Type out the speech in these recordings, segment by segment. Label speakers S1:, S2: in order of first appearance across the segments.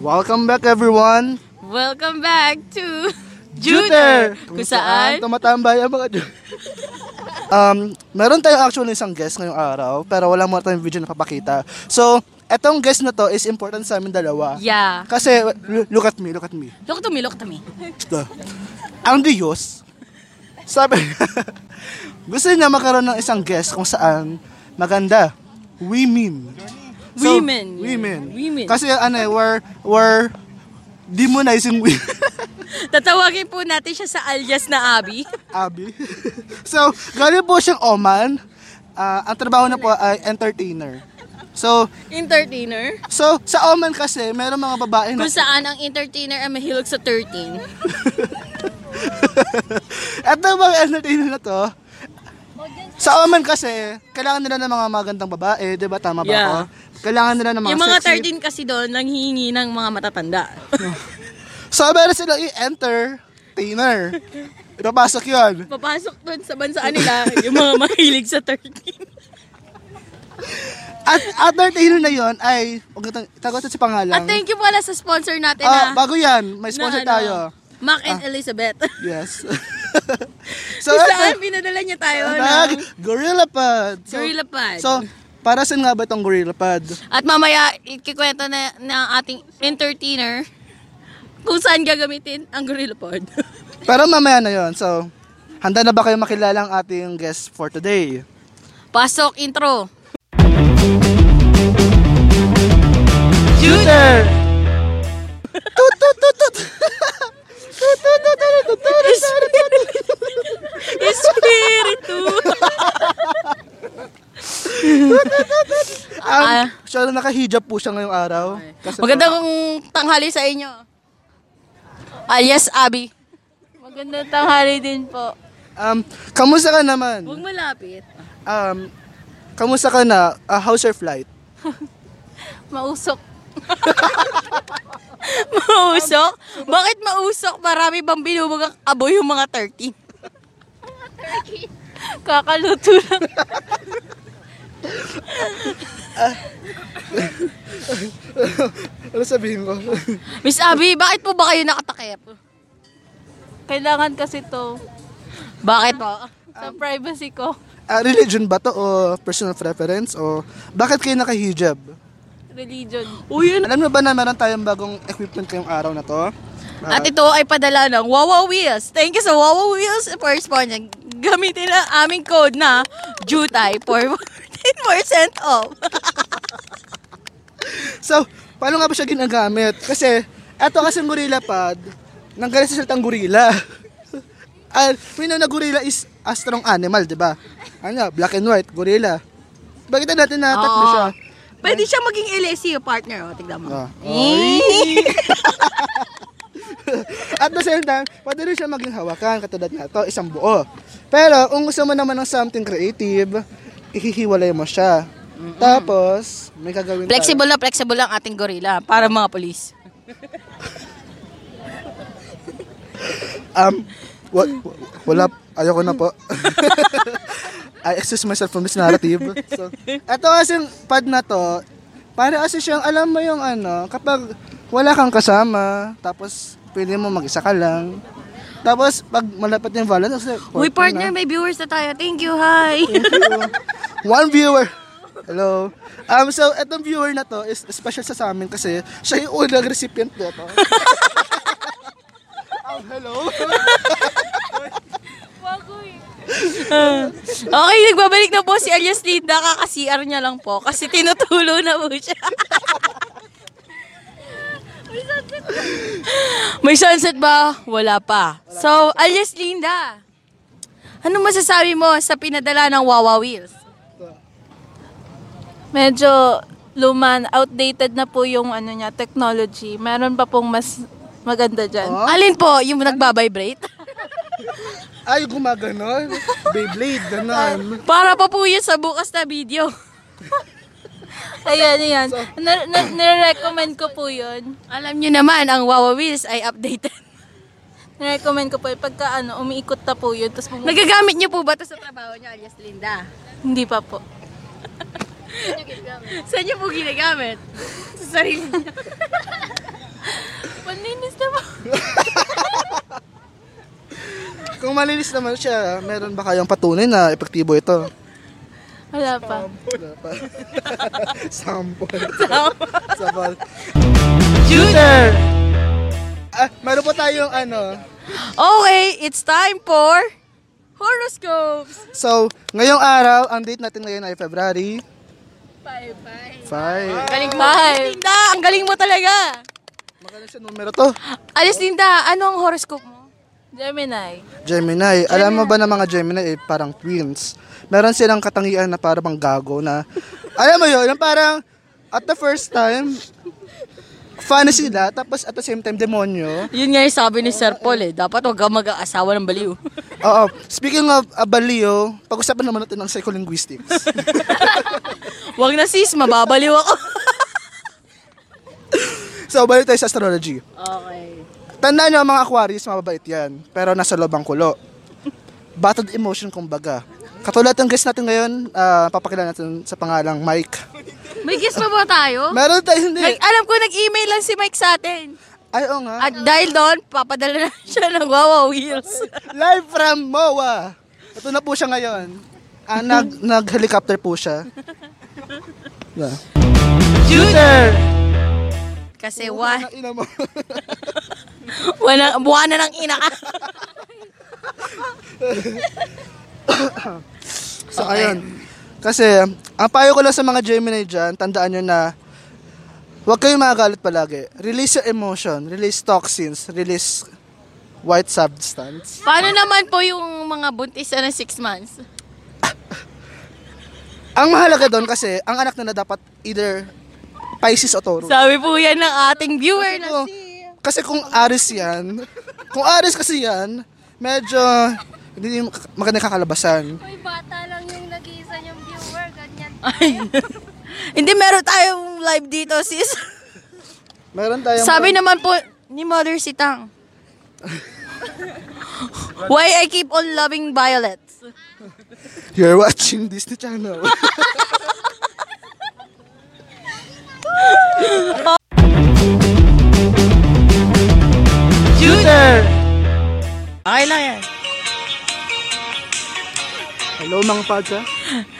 S1: Welcome back everyone!
S2: Welcome back to
S1: Juter!
S2: Juter! Kung saan?
S1: Tumatambay ang mga Ju- um, meron tayong actually isang guest ngayong araw, pero wala mo tayong video na papakita. So, etong guest na to is important sa amin dalawa.
S2: Yeah.
S1: Kasi, l- look at me, look at me.
S2: Look to me, look to me.
S1: Ito. Ang Diyos, sabi gusto niya magkaroon ng isang guest kung saan maganda. Women.
S2: Women.
S1: Women.
S2: Women.
S1: Kasi ano eh, we're, we're demonizing women.
S2: Tatawagin po natin siya sa alias na Abby.
S1: Abby. so, galing po siyang Oman. Ah, ang trabaho na po ay entertainer. So,
S2: Entertainer.
S1: so sa Oman kasi, meron mga babae na...
S2: Kung saan ang entertainer ay mahilog sa 13.
S1: At ang mga entertainer na to, sa Oman kasi, kailangan nila ng mga magandang babae, di ba? Tama ba
S2: Yeah.
S1: ako? Kailangan nila ng mga,
S2: Yung mga
S1: sexy.
S2: 13 kasi doon lang hihingi ng mga matatanda.
S1: So, meron silang i-entertainer. Ipapasok yun.
S2: Papasok doon sa bansa nila yung mga mahilig sa 13.
S1: At, at entertainer na yun ay, huwag natin, tagot si pangalan.
S2: At thank you pala sa sponsor natin
S1: Ah,
S2: na,
S1: bago yan, may sponsor
S2: na ano,
S1: tayo.
S2: Mac and Elizabeth.
S1: Yes. so,
S2: Kung
S1: ito,
S2: saan pinadala niya tayo
S1: nag
S2: ng
S1: Gorilla Pod. So,
S2: Ano? Gorilla Pad.
S1: So, para saan nga ba itong Gorilla Pod?
S2: At mamaya, ikikwento na ng ating entertainer kung saan gagamitin ang Gorilla Pod.
S1: Pero mamaya na yon. So, handa na ba kayo makilala ang ating guest for today?
S2: Pasok intro.
S1: Shooter! Tut, tut, tut, tut. Tut, tut, tut, tut, tut, tut.
S2: Espiritu.
S1: Um,
S2: Ah.
S1: siya na nakahijab po siya ngayong araw. Kasi
S2: Magandang tanghali sa inyo. Alias Abby. Magandang tanghali din po.
S1: Um, kamusta ka naman?
S2: Huwag malapit.
S1: Um, kamusta ka na? Ah, how's your flight?
S2: Mausok. mausok? Bakit mausok? Marami bang binubog ang aboy yung mga 13? Kakaluto lang.
S1: Ano sabihin ko?
S2: Miss Abby, bakit po ba kayo nakatakip? Kailangan kasi to. Bakit po? Sa privacy ko.
S1: Ah, religion ba to o personal preference o bakit kayo nakahijab?
S2: Religion. Uy, yun.
S1: Alam mo ba na meron tayong bagong equipment kayong araw na to? Ah,
S2: At ito ay padala ng Wawa Wheels. Thank you sa Wawa Wheels for sponsoring. Gamitin ang aming code na JUTAI for 14% off.
S1: so, paano nga ba siya ginagamit? Kasi, eto kasing gorilla pad, nanggaling sa salitang gorilla. At, we know na gorilla is a strong animal, di ba? Ano nga, black and white, gorilla. Bakit natin na tatlo
S2: Oo.
S1: siya?
S2: Pwede siya maging LSU partner. O, tignan mo.
S1: Ah.
S2: Eh.
S1: At the same time, pwede rin siya maging hawakan, katulad na ito, isang buo. Pero, kung gusto mo naman ng something creative, ihihiwalay mo siya. Tapos, may gagawin tayo.
S2: Flexible na flexible ang ating gorilla para mga polis.
S1: Um, wa, wa- wala, ayoko na po. I excuse myself from this narrative. So, eto kasing pad na to, para kasi siyang, alam mo yung ano, kapag wala kang kasama, tapos pwede mo mag-isa ka lang. Tapos, pag malapit na yung Valentine's,
S2: Uy, partner, may viewers na tayo. Thank you, hi.
S1: One viewer. Hello. Um, so, etong viewer na to is special sa sa amin kasi siya yung unang recipient nito. um, hello.
S2: okay, nagbabalik na po si alias Linda. Kaka-CR niya lang po kasi tinutulo na po siya. May sunset ba? Wala pa. So, alias Linda, ano masasabi mo sa pinadala ng Wawa Wheels?
S3: medyo luman, outdated na po yung ano niya, technology. Meron pa pong mas maganda dyan.
S1: Oh?
S2: Alin po yung nagbabibrate?
S1: Ay, gumaganon. Beyblade, ganon.
S2: Para pa po yun sa bukas na video.
S3: Ayan, ayan. Na- na- Nire-recommend ko po yun.
S2: Alam nyo naman, ang Wawa Wheels ay updated.
S3: Nire-recommend ko po yun. Pagka ano, umiikot na po yun. Tapos pumu-
S2: Nagagamit nyo po ba ito sa trabaho nyo, alias Linda?
S3: hindi pa po.
S2: Saan nyo po ginagamit? Sa sarili nyo.
S1: Kung malinis naman siya, meron ba kayong patunay na epektibo ito?
S3: Wala pa.
S1: Wala pa. Sample.
S2: Tama.
S1: Sample.
S2: June.
S1: Ah, meron po tayong ano.
S2: Okay, it's time for horoscopes.
S1: So, ngayong araw, ang date natin ngayon ay February 5.
S2: Galing mo. Alis Linda, ang galing mo talaga.
S1: Magaling sa numero to.
S2: Alis Linda, ano ang horoscope mo?
S3: Gemini.
S1: Gemini. Alam mo ba na mga Gemini ay parang twins? Meron silang katangian na parang bang gago na, alam mo yun, yung parang, at the first time, funny sila, tapos at the same time, demonyo.
S2: Yun nga yung sabi ni Sir Paul eh. Dapat huwag kang mag-aasawa ng baliw.
S1: Oo. Speaking of abalio, pag-usapan naman natin ng psycholinguistics.
S2: Huwag na sis, mababaliw ako.
S1: so, balik tayo sa astrology.
S2: okay.
S1: Tandaan nyo, mga Aquarius, mababait yan. Pero nasa loob ang kulo. Battered emotion, kumbaga. Katulad ng guest natin ngayon, ah, papakilala natin sa pangalang Mike.
S2: May guess pa ba tayo?
S1: Meron tayo hindi.
S2: Nag- alam ko, nag-email lang si Mike sa atin.
S1: Ay, oo nga.
S2: At dahil doon, papadala na siya ng Wawa Wheels.
S1: Live from MOA. Ito na po siya ngayon. Ah, nag, nag-helicopter po siya. Na.
S2: Junior! Kasi
S1: Ano
S2: wa,
S1: ang ina mo?
S2: wala, buwan na ng ina ka.
S1: so, ayun. Kasi, ang payo ko lang sa mga Gemini dyan, tandaan nyo na huwag kayong magagalit palagi. Release your emotion, release toxins, release white substance.
S2: Paano naman po yung mga buntis na 6 months?
S1: Ang mahalaga doon kasi, ang anak na na dapat either Pisces o Taurus.
S2: Sabi po yan ng ating viewer
S1: Oo.
S2: na
S1: Kasi kung Aris yan, kung Aris kasi yan, medyo hindi yung maganda kakalabasan.
S4: Uy, bata lang yung nag-iisa yung viewer, ganyan.
S2: Ay. Hindi, meron tayong live dito, sis.
S1: Meron tayong...
S2: Sabi naman po ni Mother Sitang. Why I keep on loving violets?
S1: You're watching Disney Channel.
S2: Junior! Okay lang yan.
S1: Hello mga padya.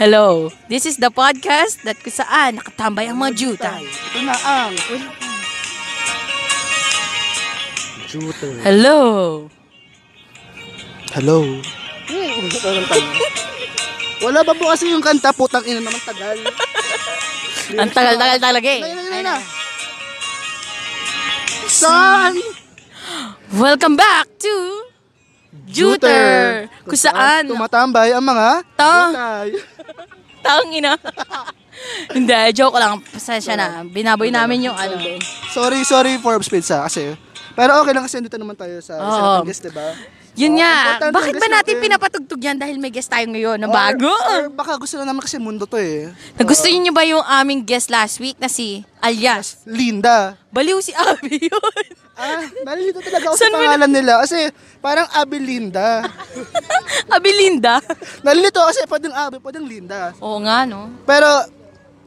S2: Hello, this is the podcast that kung saan nakatambay ang mga juta.
S1: Ito na ang... Shooter.
S2: Hello!
S1: Hello. Parang tanga. Wala ba po kasi yung kanta? Putang ina naman tagal.
S2: Ang tagal-tagal talaga eh.
S1: Ayun, ayun, ayun na. Son!
S2: Welcome back to Juter! Kung saan
S1: Tumatambay ang mga...
S2: Ta-
S1: Jutay.
S2: Tang ina. Hindi, joke lang. Pasensya na. Binaboy namin yung ano.
S1: Sorry, sorry Forbes Pizza kasi. Pero okay lang kasi dito naman tayo sa
S2: Oo.
S1: isa nating guest, di ba?
S2: Yun
S1: Oo,
S2: nga.
S1: important yung
S2: Bakit ba
S1: guest
S2: natin
S1: Oh, natin.
S2: pinapatugtog yan dahil may guest tayo ngayon na bago?
S1: Or, or baka gusto na naman kasi mundo to eh.
S2: Nagustuhan niyo ba yung aming guest last week na si Alias?
S1: Linda.
S2: Baliw si Abby yun.
S1: Ah, nalilito talaga ako
S2: Saan
S1: sa
S2: mo
S1: pangalan nila kasi parang Abby Linda.
S2: Abby Linda.
S1: nalilito kasi pwedeng Abby, pwedeng Linda.
S2: Oo nga, no?
S1: Pero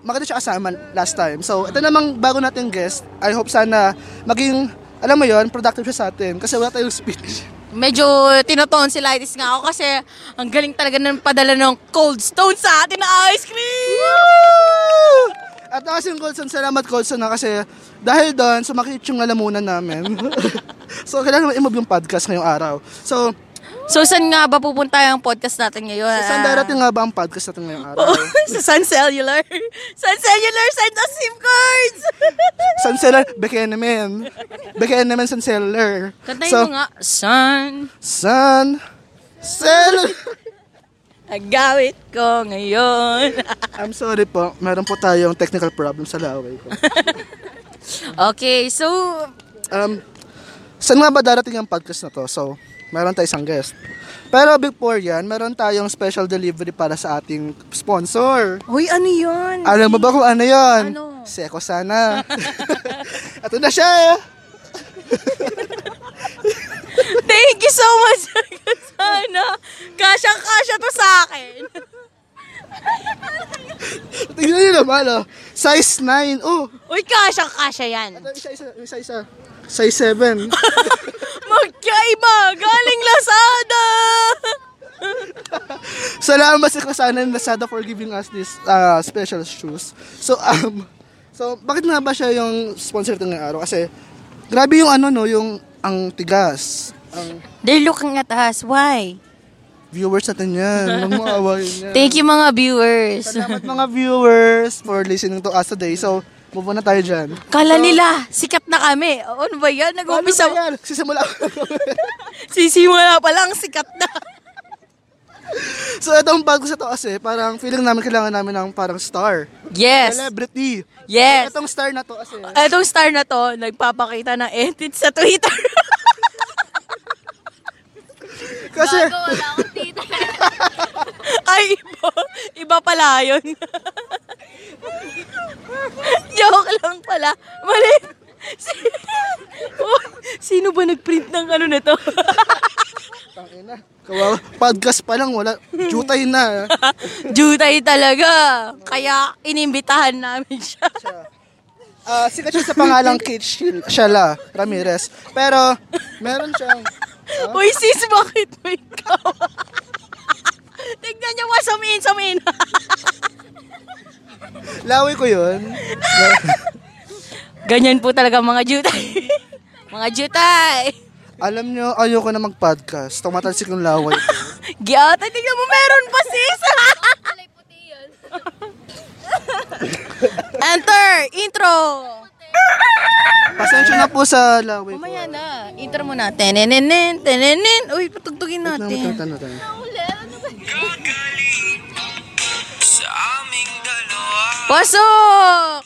S1: maganda siya kasama last time. So, ito namang bago nating guest. I hope sana maging, alam mo yon productive siya sa atin kasi wala tayong speech.
S2: Medyo tinoton si Lightis nga ako kasi ang galing talaga ng padala ng Cold Stone sa atin na ice cream!
S1: At kasi Colson, salamat Colson na kasi dahil doon, sumakit yung lalamunan namin. so, kailangan naman i-move yung podcast ngayong araw. So,
S2: So, saan nga ba pupunta yung podcast natin ngayon? Oh,
S1: sa saan darating nga ba ang podcast natin ngayong araw?
S2: sa Sun Cellular. Sun Cellular, send us SIM cards!
S1: Sunseller, Bekenemen. Bekenemen Sunseller.
S2: Kantayin
S1: so,
S2: mo nga. Sun,
S1: Sun, Sel...
S2: agawit ko ngayon.
S1: I'm sorry po, meron po tayong technical problem sa laway ko.
S2: okay, so,
S1: Um, saan nga ba darating ang podcast na to? So, meron tayo isang guest. Pero before yan, meron tayong special delivery para sa ating sponsor.
S2: huy, ano yun?
S1: Alam mo ba kung ano yon?
S2: Ano?
S1: Seko sana. Ito na siya. eh.
S2: Thank you so much, Sir Kasana. Kasyang-kasya to sa akin.
S1: Tingnan nyo naman, oh. Size 9. Oh,
S2: Uy, kasha, kasha yan.
S1: ito, isa, isa, isa, isa. Size 7.
S2: Magkaiba! Galing Lazada!
S1: Salamat sa Kasana and Lazada for giving us this uh, special shoes. So, um, so bakit nga ba siya yung sponsor ng araw? Kasi, grabe yung ano, no, yung ang tigas. Ang
S2: They're looking at us. Why?
S1: viewers natin yan. Huwag mo aawahin yan.
S2: Thank you mga viewers.
S1: Salamat mga viewers for listening to us today. So, move on na tayo dyan.
S2: Kala nila, sikat na kami. Oo, Ano ba yan? Nag-umpisa.
S1: Ano ba yan? Sisimula
S2: Sisimula pa lang, sikat na.
S1: so, itong bago sa to kasi, parang feeling namin kailangan namin ng parang star.
S2: Yes.
S1: Celebrity.
S2: Yes.
S1: Itong star na to kasi.
S2: Itong star na to, nagpapakita ng edit sa Twitter.
S1: Kasi,
S4: Bago wala akong tita.
S2: Ay, iba. Iba pala yun. Joke lang pala. Mali. Si- Uy, Sino ba nagprint ng ano na to?
S1: Tangina. Kawawa. Podcast pa lang, wala. Jutay na.
S2: Jutay talaga. Kaya inimbitahan namin siya.
S1: Ah, sikat siya sa pangalang Kate Shil- Shala Ramirez. Pero, meron siyang...
S2: Uy, sis, bakit may kawa? Tignan niya, wa, sumiin, sumiin.
S1: Laway ko yun.
S2: Ganyan po talaga mga jutay. mga jutay.
S1: Alam nyo, ayoko na mag-podcast. Tumatalsik yung laway ko.
S2: Giyata, tignan mo, meron pa sis.
S4: Kulay puti yun.
S2: Enter, intro.
S1: Pasensya na po sa laway ko.
S2: Mamaya na, intro mo na. Tenenen, tenenen. Uy, patugtugin natin.
S1: Natin. Natin.
S2: Pasok!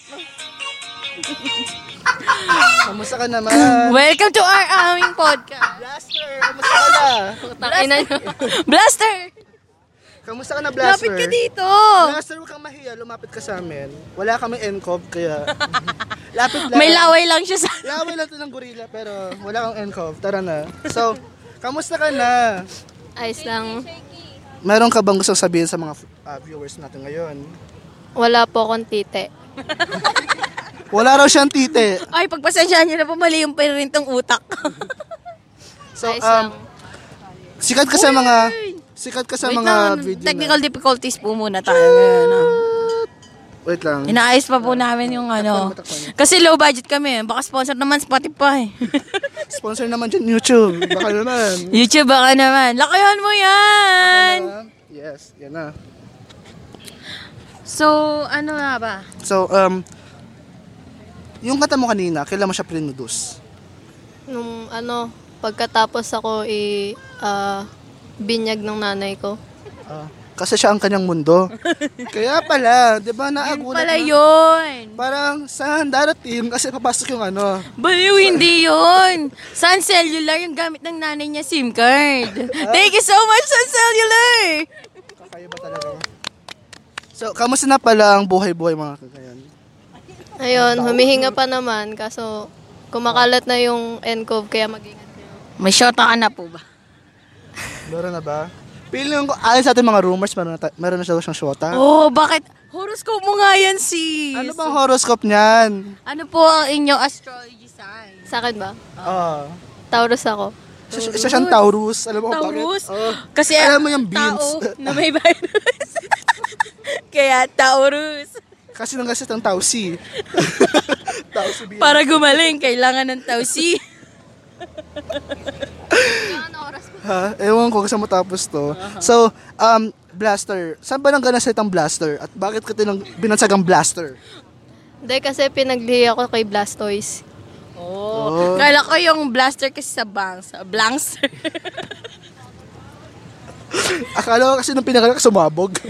S1: Kamusta ka naman?
S2: Welcome to our aming podcast.
S1: Blaster, kamusta ka na?
S2: Blaster!
S1: Kamusta ka na, Blaster?
S2: Lapit ka dito!
S1: Blaster, huwag kang mahiya. Lumapit ka sa amin. Wala kami NCOV, kaya... Lapit lang.
S2: May laway lang siya sa...
S1: Laway lang to ng gorilla, pero wala kang NCOV. Tara na. So, kamusta ka na?
S5: Ayos lang.
S1: Meron ka bang gusto sabihin sa mga ah, viewers natin ngayon?
S5: Wala po akong tite.
S1: Wala raw siyang tite.
S2: Ay, pagpasensyahan niyo na po mali yung pirintong utak.
S1: So, um, sikat ka sa mga... Sikat ka sa
S2: Wait
S1: mga
S2: lang,
S1: video
S2: technical
S1: na...
S2: difficulties po muna tayo ngayon. ah.
S1: Wait lang.
S2: Inaayos pa po namin yung
S1: Takpan mo,
S2: ano.
S1: takpan
S2: Kasi low budget kami. eh. Baka sponsor naman Spotify.
S1: Sponsor naman dyan YouTube. Baka naman.
S2: YouTube baka naman. Lakayan mo yan!
S1: Ah, yes, yan na.
S2: So, ano nga ba?
S1: So, um, yung kanta mo kanina, kailan mo siya pre-produce?
S5: Nung ano, pagkatapos ako i ah, binyag ng nanay ko.
S1: Ah, kasi siya ang kanyang mundo. Kaya pala, di ba naagulat
S2: Pala
S1: na-
S2: yun.
S1: Parang saan darating kasi papasok yung ano.
S2: Baliw, hindi yun. Sun Cellular yung gamit ng nanay niya SIM card. Thank you so much, Sun Cellular!
S1: Kakaiba talaga. So, kamusta na pala ang buhay-buhay mga kagayan?
S5: Ayun, humihinga pa naman kaso kumakalat na yung NCOV kaya mag-ingat kayo.
S2: May shota ka na po ba?
S1: Meron na ba? Piling ko, ayon sa ating mga rumors, meron na, ta- meron na siya daw siyang shota.
S2: Oh, bakit? Horoscope mo nga yan, sis.
S1: Ano bang horoscope niyan?
S2: Ano po ang inyong astrology sign?
S5: Sa akin ba?
S1: Ah.
S5: Taurus ako.
S1: Isa, isa siyang Taurus. Alam mo kung
S2: Taurus?
S1: bakit? Oh.
S2: Kasi
S1: Alam mo yung beans.
S2: Tao na may virus. Kaya Taurus.
S1: Kasi nang gasit ng Tausi. Tausi beans.
S2: Para gumaling, kailangan ng Tausi.
S1: Ha? Ewan ko kasi matapos to. So, um, Blaster. Saan ba nang ganasit ang Blaster? At bakit ka tinang binansag ang Blaster?
S5: Hindi kasi pinaglihi ako kay Blastoise.
S2: Oh. Kala ko yung blaster kasi sa bangs. Blankster.
S1: Akala ko kasi nung pinagalak sumabog.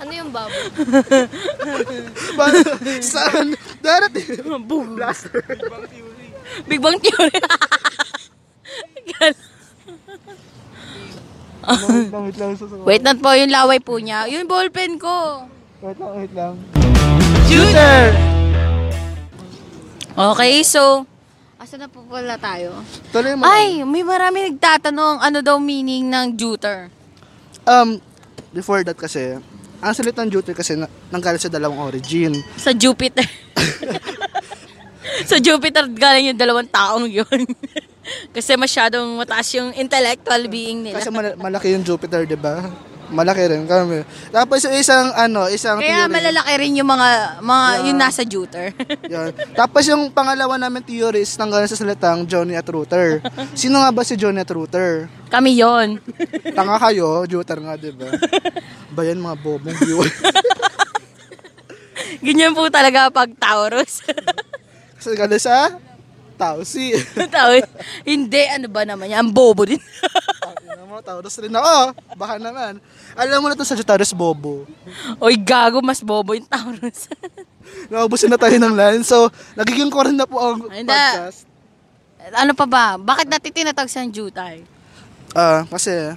S5: Ano yung babo?
S1: Paano? Saan? Darating. Blaster.
S2: Big Bang Theory. Gal-
S1: Wait lang,
S2: Wait lang po, yung laway po niya. Yung ballpen ko.
S1: wait lang, wait lang.
S2: Shooter! Okay, so... Asa na po pala tayo?
S1: Tuloy mo.
S2: Ay, may marami nagtatanong ano daw meaning ng juter.
S1: Um, before that kasi, Ang salita ng Jupiter kasi na- nanggaling sa dalawang origin.
S2: Sa Jupiter. sa Jupiter galing yung dalawang taong yun. Kasi masyadong mataas yung intellectual being nila.
S1: Kasi mal- malaki yung Jupiter, di ba? Malaki rin kami. Tapos yung isang ano, isang
S2: Kaya
S1: theory-
S2: malalaki rin yung mga, mga yung nasa Jupiter.
S1: Yun. Tapos yung pangalawa namin theory is nanggaling sa salitang Johnny at Ruther. Sino nga ba si Johnny at Ruther?
S2: Kami yon.
S1: Tanga kayo, Jupiter nga, di ba? Ba yan, mga bobong viewers.
S2: Ganyan po talaga pag Taurus.
S1: Kasi galing sa Tausi.
S2: Taurus. Hindi, ano ba naman yan? Ang bobo din.
S1: Ano mo, Taurus rin ako. Baka naman. Alam mo na to sa Taurus bobo.
S2: Oy, gago, mas bobo yung Taurus.
S1: Naubusin na tayo ng line. So, nagiging koran na po ang
S2: Ay, hindi.
S1: podcast.
S2: ano pa ba? Bakit natin tinatawag siyang Jutay?
S1: Ah, kasi...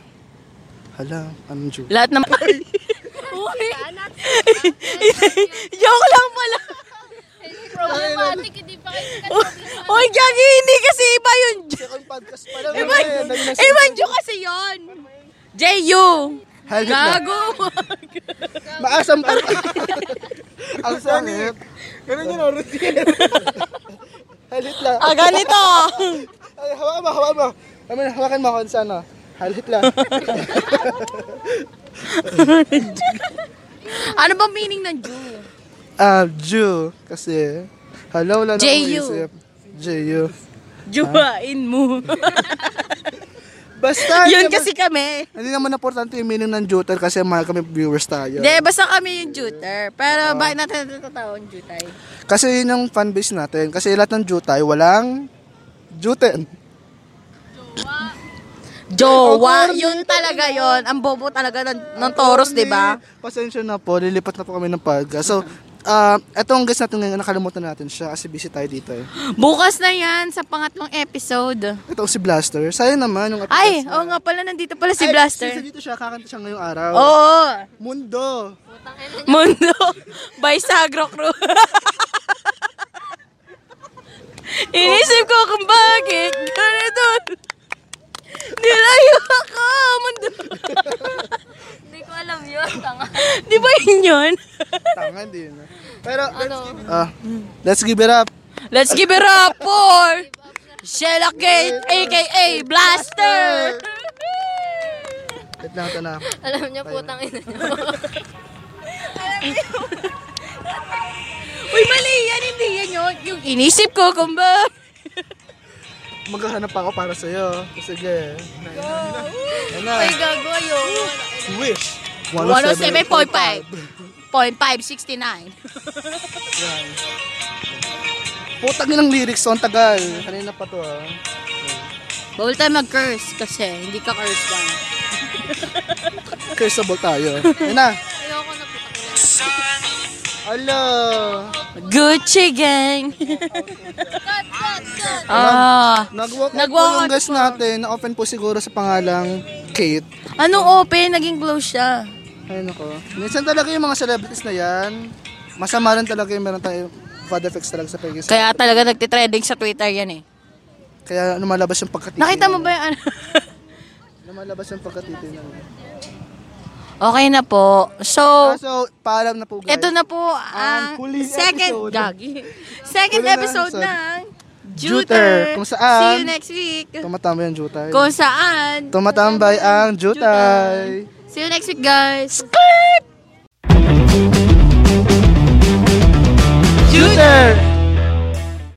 S1: Hala, anong Jew?
S2: Lahat naman. Uy! Joke lang pala.
S4: Problematic, hindi pa kayo
S2: Uy, gagi, hindi kasi iba yun.
S1: Second podcast pa lang.
S2: Iba, iba yung joke kasi yun. J.U. Gago.
S1: Maasam pa. Ang sakit. Ganun yun, oras yun. Halit lang.
S2: ah, ganito.
S1: Ay, hawakan mo, hawakan mo. Kami, hawakan mo kung saan. ah. Halit lang.
S2: ano ba meaning ng Ju?
S1: Ah, Jew. Kasi, hala, wala na akong
S2: J.U.
S1: isip. J.U.
S2: Juhain mo.
S1: Basta.
S2: yun
S1: naman-
S2: kasi kami.
S1: Hindi naman importante yung meaning ng Juter kasi mahal kami viewers tayo.
S2: Hindi, basta kami yung Juter. Pero bakit natin natatawag Jutay?
S1: Kasi yun yung fanbase natin. Kasi lahat ng Jutay, walang Juten.
S2: Jowa, yun talaga yun. Ang bobo talaga ng, ng Taurus, diba? di ba?
S1: Pasensya na po, lilipat na po kami ng podcast. So, ah, etong guest natin ngayon, nakalimutan natin siya kasi busy tayo dito eh.
S2: Bukas na yan sa pangatlong episode.
S1: Ito si Blaster. Sayang naman yung episodes
S2: Ay,
S1: na-
S2: oo nga pala, nandito pala si
S1: Ay,
S2: Blaster. Oh.
S1: sisa dito siya, kakanta siya ngayong araw.
S2: Oo.
S1: Mundo.
S2: Mundo by Sagro Crew. Inisip ko kung bakit ganito. Nilayo ako, mundo.
S4: Hindi ko alam yun. Tanga.
S2: Di ba yun yun?
S1: Tanga din. Pero,
S2: Ano?
S1: let's give, ah, let's give it up.
S2: Let's give it up for Sheila Kate, aka Blaster.
S1: Wait lang, ito na.
S5: Alam niya, putang ina niya.
S2: Uy, mali yan, hindi yan yun. Yung inisip ko kung ba.
S1: Maghahanap pa ako para sa'yo. Sige. Ano?
S5: Ay, gago, ayoko.
S1: Wish.
S2: 107.5.569.
S1: Yan. Putang ng lyrics on tagal. Kanina pa to ah.
S2: Bawal tayo mag-curse kasi hindi ka curse pa.
S1: Curseable tayo. Yan na.
S5: Ayoko na putang ina.
S1: Hello.
S2: Gucci gang. Ah,
S1: Nag-walk out
S2: Nag-walk
S1: po yung
S2: out
S1: guest natin. Na-open po siguro sa pangalang Kate.
S2: anong open ano, naging close siya?
S1: Ayun ako. Minsan talaga yung mga celebrities na yan. Masama rin talaga yung meron tayo bad effects talaga sa pagiging
S2: Kaya talaga nagtitrending sa Twitter yan eh.
S1: Kaya lumalabas yung pagkatitin.
S2: Nakita mo ba yung ano?
S1: Lumalabas yung pagkatitin.
S2: okay na po. So,
S1: Ah, so, paalam na po guys.
S2: ito Oh. na po
S1: Ang
S2: ang
S1: huling
S2: second
S1: Ah, episode.
S2: gagi. Second
S1: Huling na
S2: episode
S1: episode.
S2: ng
S1: Juter.
S2: Juter.
S1: Kung saan-
S2: See you next week.
S1: Tumatambay ang jutay.
S2: Kung saan.
S1: Tumatambay ang jutay.
S2: See you next week guys.
S1: Jutay!